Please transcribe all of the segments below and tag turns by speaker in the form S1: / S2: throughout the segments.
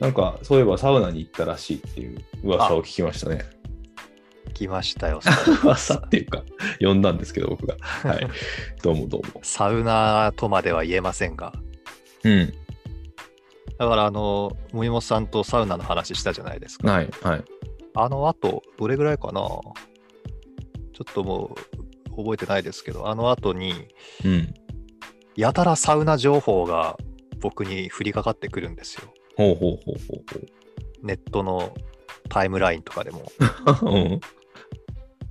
S1: なんか、そういえばサウナに行ったらしいっていう噂を聞きましたね。
S2: 来ましたよ、サ
S1: 噂っていうか、呼んだんですけど、 僕が。はい。どうもどうも。
S2: サウナーとまでは言えませんが。
S1: うん。
S2: だから、あの、森本さんとサウナの話したじゃないですか。
S1: はい、はい。
S2: あの後、どれぐらいかなちょっともう覚えてないですけど、あの後に、
S1: うん。
S2: やたらサウナ情報が僕に降りかかってくるんですよ。
S1: ほうほうほう
S2: ネットのタイムラインとかでも。
S1: ほう ほう。うん。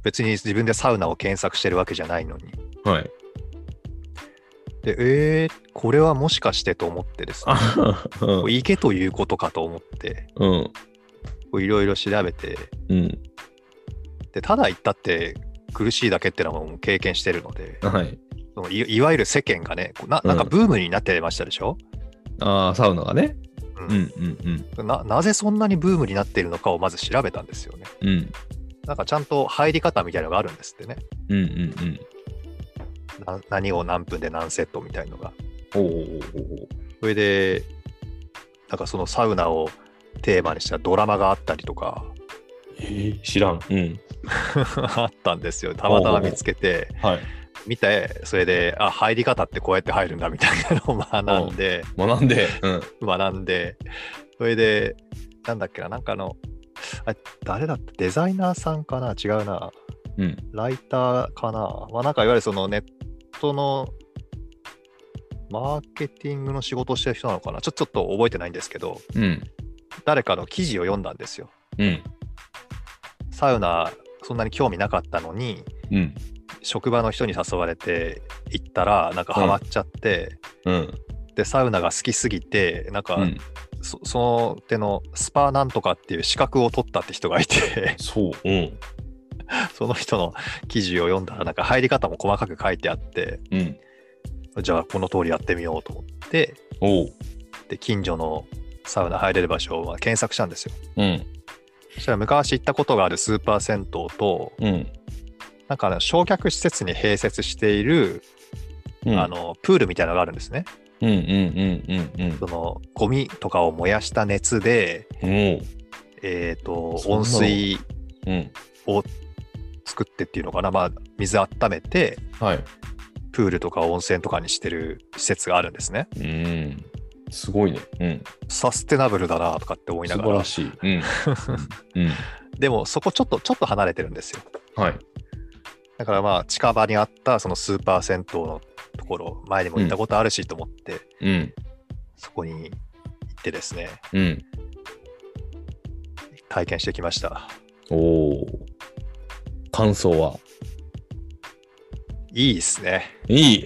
S2: 別に自分でサウナを検索してるわけじゃないのに。
S1: はい。
S2: で、えー、これはもしかしてと思って ですね。
S1: あ、う。
S2: こうん行けということかと思って、
S1: うん。
S2: こういろいろ調べて、
S1: うん。
S2: で、ただ行ったって苦しいだけってのはもう経験してるので、
S1: はい。
S2: そのいいわゆる世間がね、こうな
S1: うん
S2: なんかブームになってましたでしょ、
S1: ああ、サウナがね。
S2: う
S1: うん、うん、うん。
S2: ななぜそんなにブームになっているのかをまず調べたんですよね。
S1: うん。
S2: なんかちゃんと入り方みたいなのがあるんですってね。
S1: うん、うん、うん。
S2: な何を何分で何セットみたいのが。
S1: ほうほうほうほう。
S2: それで、なんかそのサウナをテーマにしたドラマがあったりとか
S1: え知らん。うん。
S2: あったんですよ。たまたま見つけて、
S1: はい。
S2: 見て、それで、あ、入り方ってこうやって入るんだみたいなのを学んで、
S1: 学んで。うん。
S2: 学んで、それで、なんだっけな、なんかあの、あ誰だってデザイナーさんかな違うな。
S1: うん。
S2: ライターかな、まあ、なんかいわゆるそのネットのマーケティングの仕事をしてる人なのかなちょちょっと覚えてないんですけど、
S1: うん。
S2: 誰かの記事を読んだんですよ。
S1: うん。
S2: サウナ、そんなに興味なかったのに、
S1: うん。
S2: 職場の人に誘われて行ったら、なんかハマっちゃって、
S1: うん。
S2: で、サウナが好きすぎて、なんか、
S1: うん。
S2: そその手のスパなんとかっていう資格を取ったって人がいて、
S1: そう。うん。
S2: その人の記事を読んだら、なんか入り方も細かく書いてあって、
S1: うん。
S2: じゃあこの通りやってみようと思って、
S1: おう。
S2: で近所のサウナ入れる場所をまあ検索したんですよ。
S1: うん。
S2: そしたら昔行ったことがあるスーパー銭湯と、
S1: うん。
S2: なんかあの焼却施設に併設している、
S1: うん。
S2: あ、のプールみたいなのがあるんですね。
S1: うんうんうんうんうん。
S2: そのゴミとかを燃やした熱で、
S1: おう。
S2: えー、と
S1: そんなの
S2: 温水
S1: うん。
S2: を作ってっていうのかな、まあ、水温めて
S1: はい。
S2: プールとか温泉とかにしてる施設があるんですね。
S1: うん。すごいね。うん。
S2: サステナブルだなとかって思いな
S1: 素
S2: が
S1: 晴
S2: ら
S1: らしい。うん。うん。
S2: でもそこちょっとちょっと離れてるんですよ。
S1: はい。
S2: だからまあ近場にあったそのスーパー銭湯のところ前にも行ったことあるしと思って、
S1: うん。
S2: そこに行ってですね
S1: うん。
S2: 体験してきました
S1: おお。感想はい
S2: いですね
S1: い い。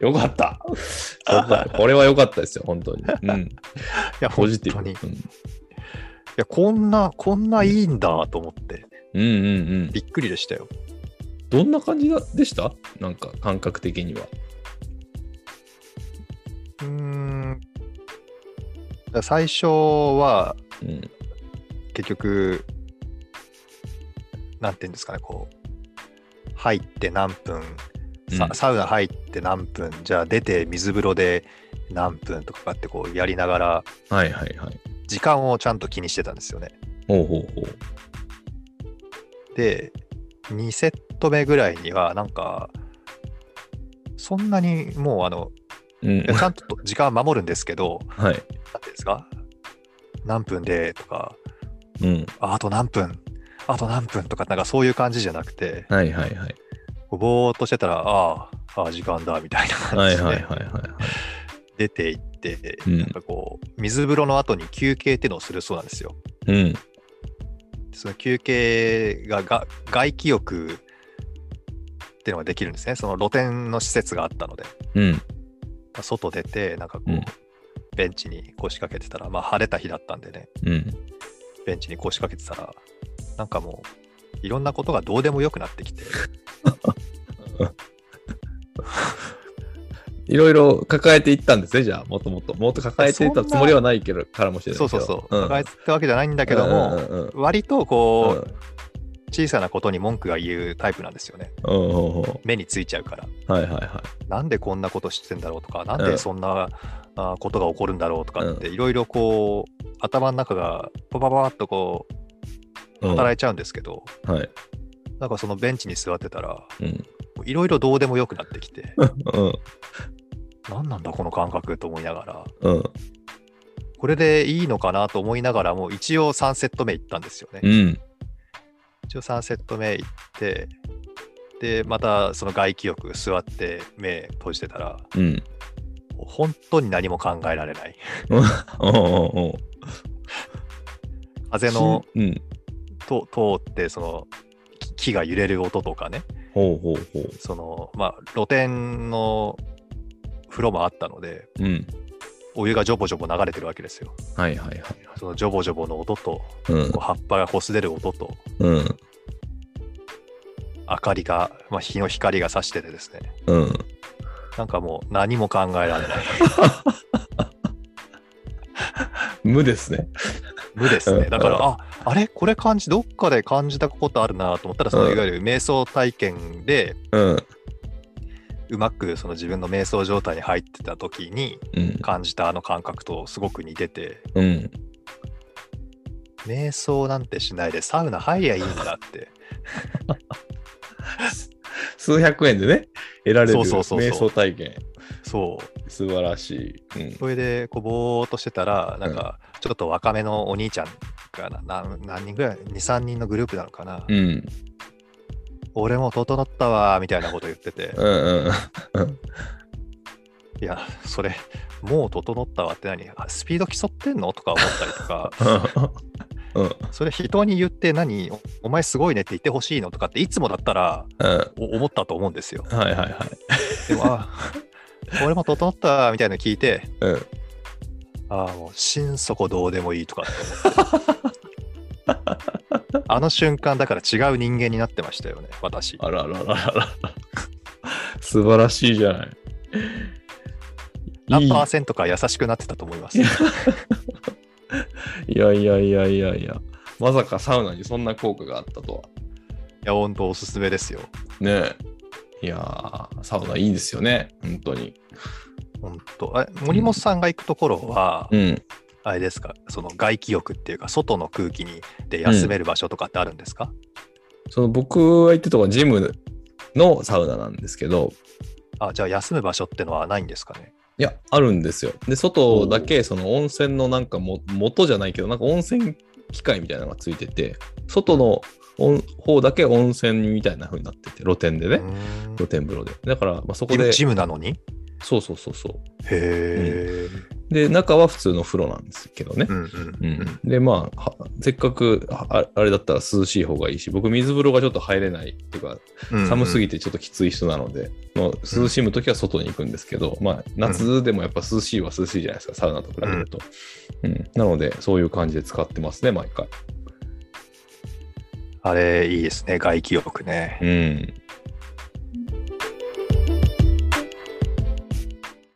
S1: よかった。そうかこれは良かったですよ、本当に。うん。
S2: いや
S1: ポジティ
S2: 本
S1: ブ。
S2: 当にい
S1: うん
S2: やこんなこんないいんだと思って
S1: うんうんうん。
S2: びっくりでしたよ
S1: どんな感じだでしたなんか感覚的には。
S2: うーんだから最初は
S1: うん。
S2: 結局なんていうんですかねこう入って何分さ
S1: うん
S2: サウナ入って何分じゃあ出て水風呂で何分とかってこうやりながら
S1: はいはいはい。
S2: 時間をちゃんと気にしてたんですよね
S1: ほうほうほう。
S2: で2セット目ぐらいにはなんかそんなにもうあの
S1: うん
S2: いや。ちゃんとと時間は守るんですけど
S1: はい。
S2: 何ていうんですか何分でとか
S1: うん。
S2: ああと何分あと何分とかなんかそういう感じじゃなくて
S1: はいはいはい。
S2: こうぼーっとしてたら、ああ、ああ時間だ、みたいな感
S1: はい
S2: じで、
S1: はいはいはいはい。
S2: 出て行って、
S1: うん
S2: なんかこう、水風呂の後に休憩っていうのをするそうなんですよ。
S1: うん。
S2: その休憩がが外気浴っていうのができるんですね。その露天の施設があったので、
S1: うん。
S2: 外出て、なんかこう、
S1: うん
S2: ベンチに腰掛けてたら、まあ晴れた日だったんでね、
S1: うん。
S2: ベンチに腰掛けてたら、なんかもう、いろんなことがどうでもよくなっ てきて、
S1: いろいろ抱えていったんですね、じゃあ、もともと。もっと抱えていたつもりはないけど、からもしれない
S2: そ
S1: けど。
S2: うそうそう、
S1: ん
S2: 抱えてたわけじゃないんだけども、
S1: うんうんうん
S2: 割とこう、小さなことに文句が言うタイプなんですよね。
S1: うんうんうん
S2: 目についちゃうから。
S1: はいはいは
S2: なんでこんなことしてんだろうとか、なんでそんな、あーことが起こるんだろうとかって、いろいろこう、頭の中がパパパーっとこ
S1: い。
S2: う、働
S1: い
S2: いちゃうんですけど、
S1: うん、はい。
S2: なんかそのベンチに座ってたら、
S1: うん。
S2: いろいろどうでもよくなってきて、
S1: うん。
S2: 何なんだこの感覚と思いながら、
S1: うん。
S2: これでいいのかなと思いながらも、一応3セット目行ったんですよね。
S1: うん。
S2: 一応3セット目行って、で、またその外気浴座って目閉じてたら、
S1: うん。
S2: 本当に何も考えられない。
S1: うんうんうん。
S2: 風の
S1: うん。
S2: と通って、その木木が揺れる音とかね、
S1: ほうほうほう。
S2: その、まあ、露天の風呂もあったので、
S1: うん。
S2: お湯がジョボジョボ流れてるわけですよ。
S1: はいはいはい。
S2: そのジョボジョボの音と、
S1: うん
S2: こう。葉っぱがこすれる音と、
S1: うん。
S2: 明かりが、まあ、日の光が差しててですね、
S1: うん。
S2: なんかもう何も考えられない。
S1: 無ですね。
S2: 無です
S1: う
S2: ね。
S1: ん
S2: だから、ああれこれ感じ、どっかで感じたことあるなと思ったら、その
S1: うん
S2: いわゆる瞑想体験で、
S1: うん。
S2: うまくその自分の瞑想状態に入ってた時に
S1: うん。
S2: 感じたあの感覚とすごく似てて、
S1: うん。
S2: 瞑想なんてしないでサウナ入りゃいいんだって。
S1: 数百円でね、得られる
S2: そうそうそうそう
S1: 瞑想体験。
S2: そう。
S1: 素晴らしい。うん
S2: それで、こう、ぼーっとしてたら、なんか、ちょっと若めのお兄ちゃんがな、な何人ぐらい ?2、3人のグループなのかな。
S1: うん。
S2: 俺も整ったわ、みたいなこと言ってて。
S1: うんうん。
S2: いや、それ、もう整ったわって何あスピード競ってんのとか思ったりとか、
S1: うん。うん
S2: それ人に言って何おお前すごいねって言ってほしいのとかっていつもだったら
S1: うん。
S2: お思ったと思うんですよ。
S1: はいはいはい。
S2: でも、あ俺も整ったみたいなの聞いて、
S1: うん。
S2: ああ、もう心底どうでもいいとかって思って。あの瞬間だから違う人間になってましたよね、私。
S1: あららららら。素晴らしいじゃない。い
S2: 何
S1: い
S2: パーセントか優しくなってたと思います。
S1: いやいやいやいやいやいや。まさかサウナにそんな効果があったとは。
S2: いや、本当おすすめですよ。
S1: ねえ。いやー、サウナいいですよね。本当に。
S2: 本当あ森本さんが行くところは、
S1: うん。
S2: あれですか、その外気浴っていうか、外の空気にで休める場所とかってあるんですか、
S1: その僕が行ってたのはジムのサウナなんですけど、
S2: あ、じゃあ休む場所ってのはないんですかね
S1: いや、あるんですよ。で、外だけ、その温泉のなんかも、元じゃないけど、なんか温泉機械みたいなのがついてて、外の温方だけ温泉みたいな風になってて、露天でね。
S2: うーん
S1: 露天風呂で。だから、まあ、そこ
S2: ジム
S1: で、
S2: ジムなのに
S1: そうそうそうそう。
S2: へー
S1: で、中は普通の風呂なんですけどね
S2: う。んうん
S1: う
S2: うんん、
S1: で、まあ、はせっかくああれだったら涼しい方がいいし、僕、水風呂がちょっと入れないっていうか、
S2: うん
S1: 寒すぎてちょっときつい人なので、まあ、涼しむ時は外に行くんですけど、まあ、夏でもやっぱ涼しいは涼しいじゃないですか、サウナと比べると。うん、なので、そういう感じで使ってますね、毎回。
S2: あれいいですね外気浴ね、
S1: うん。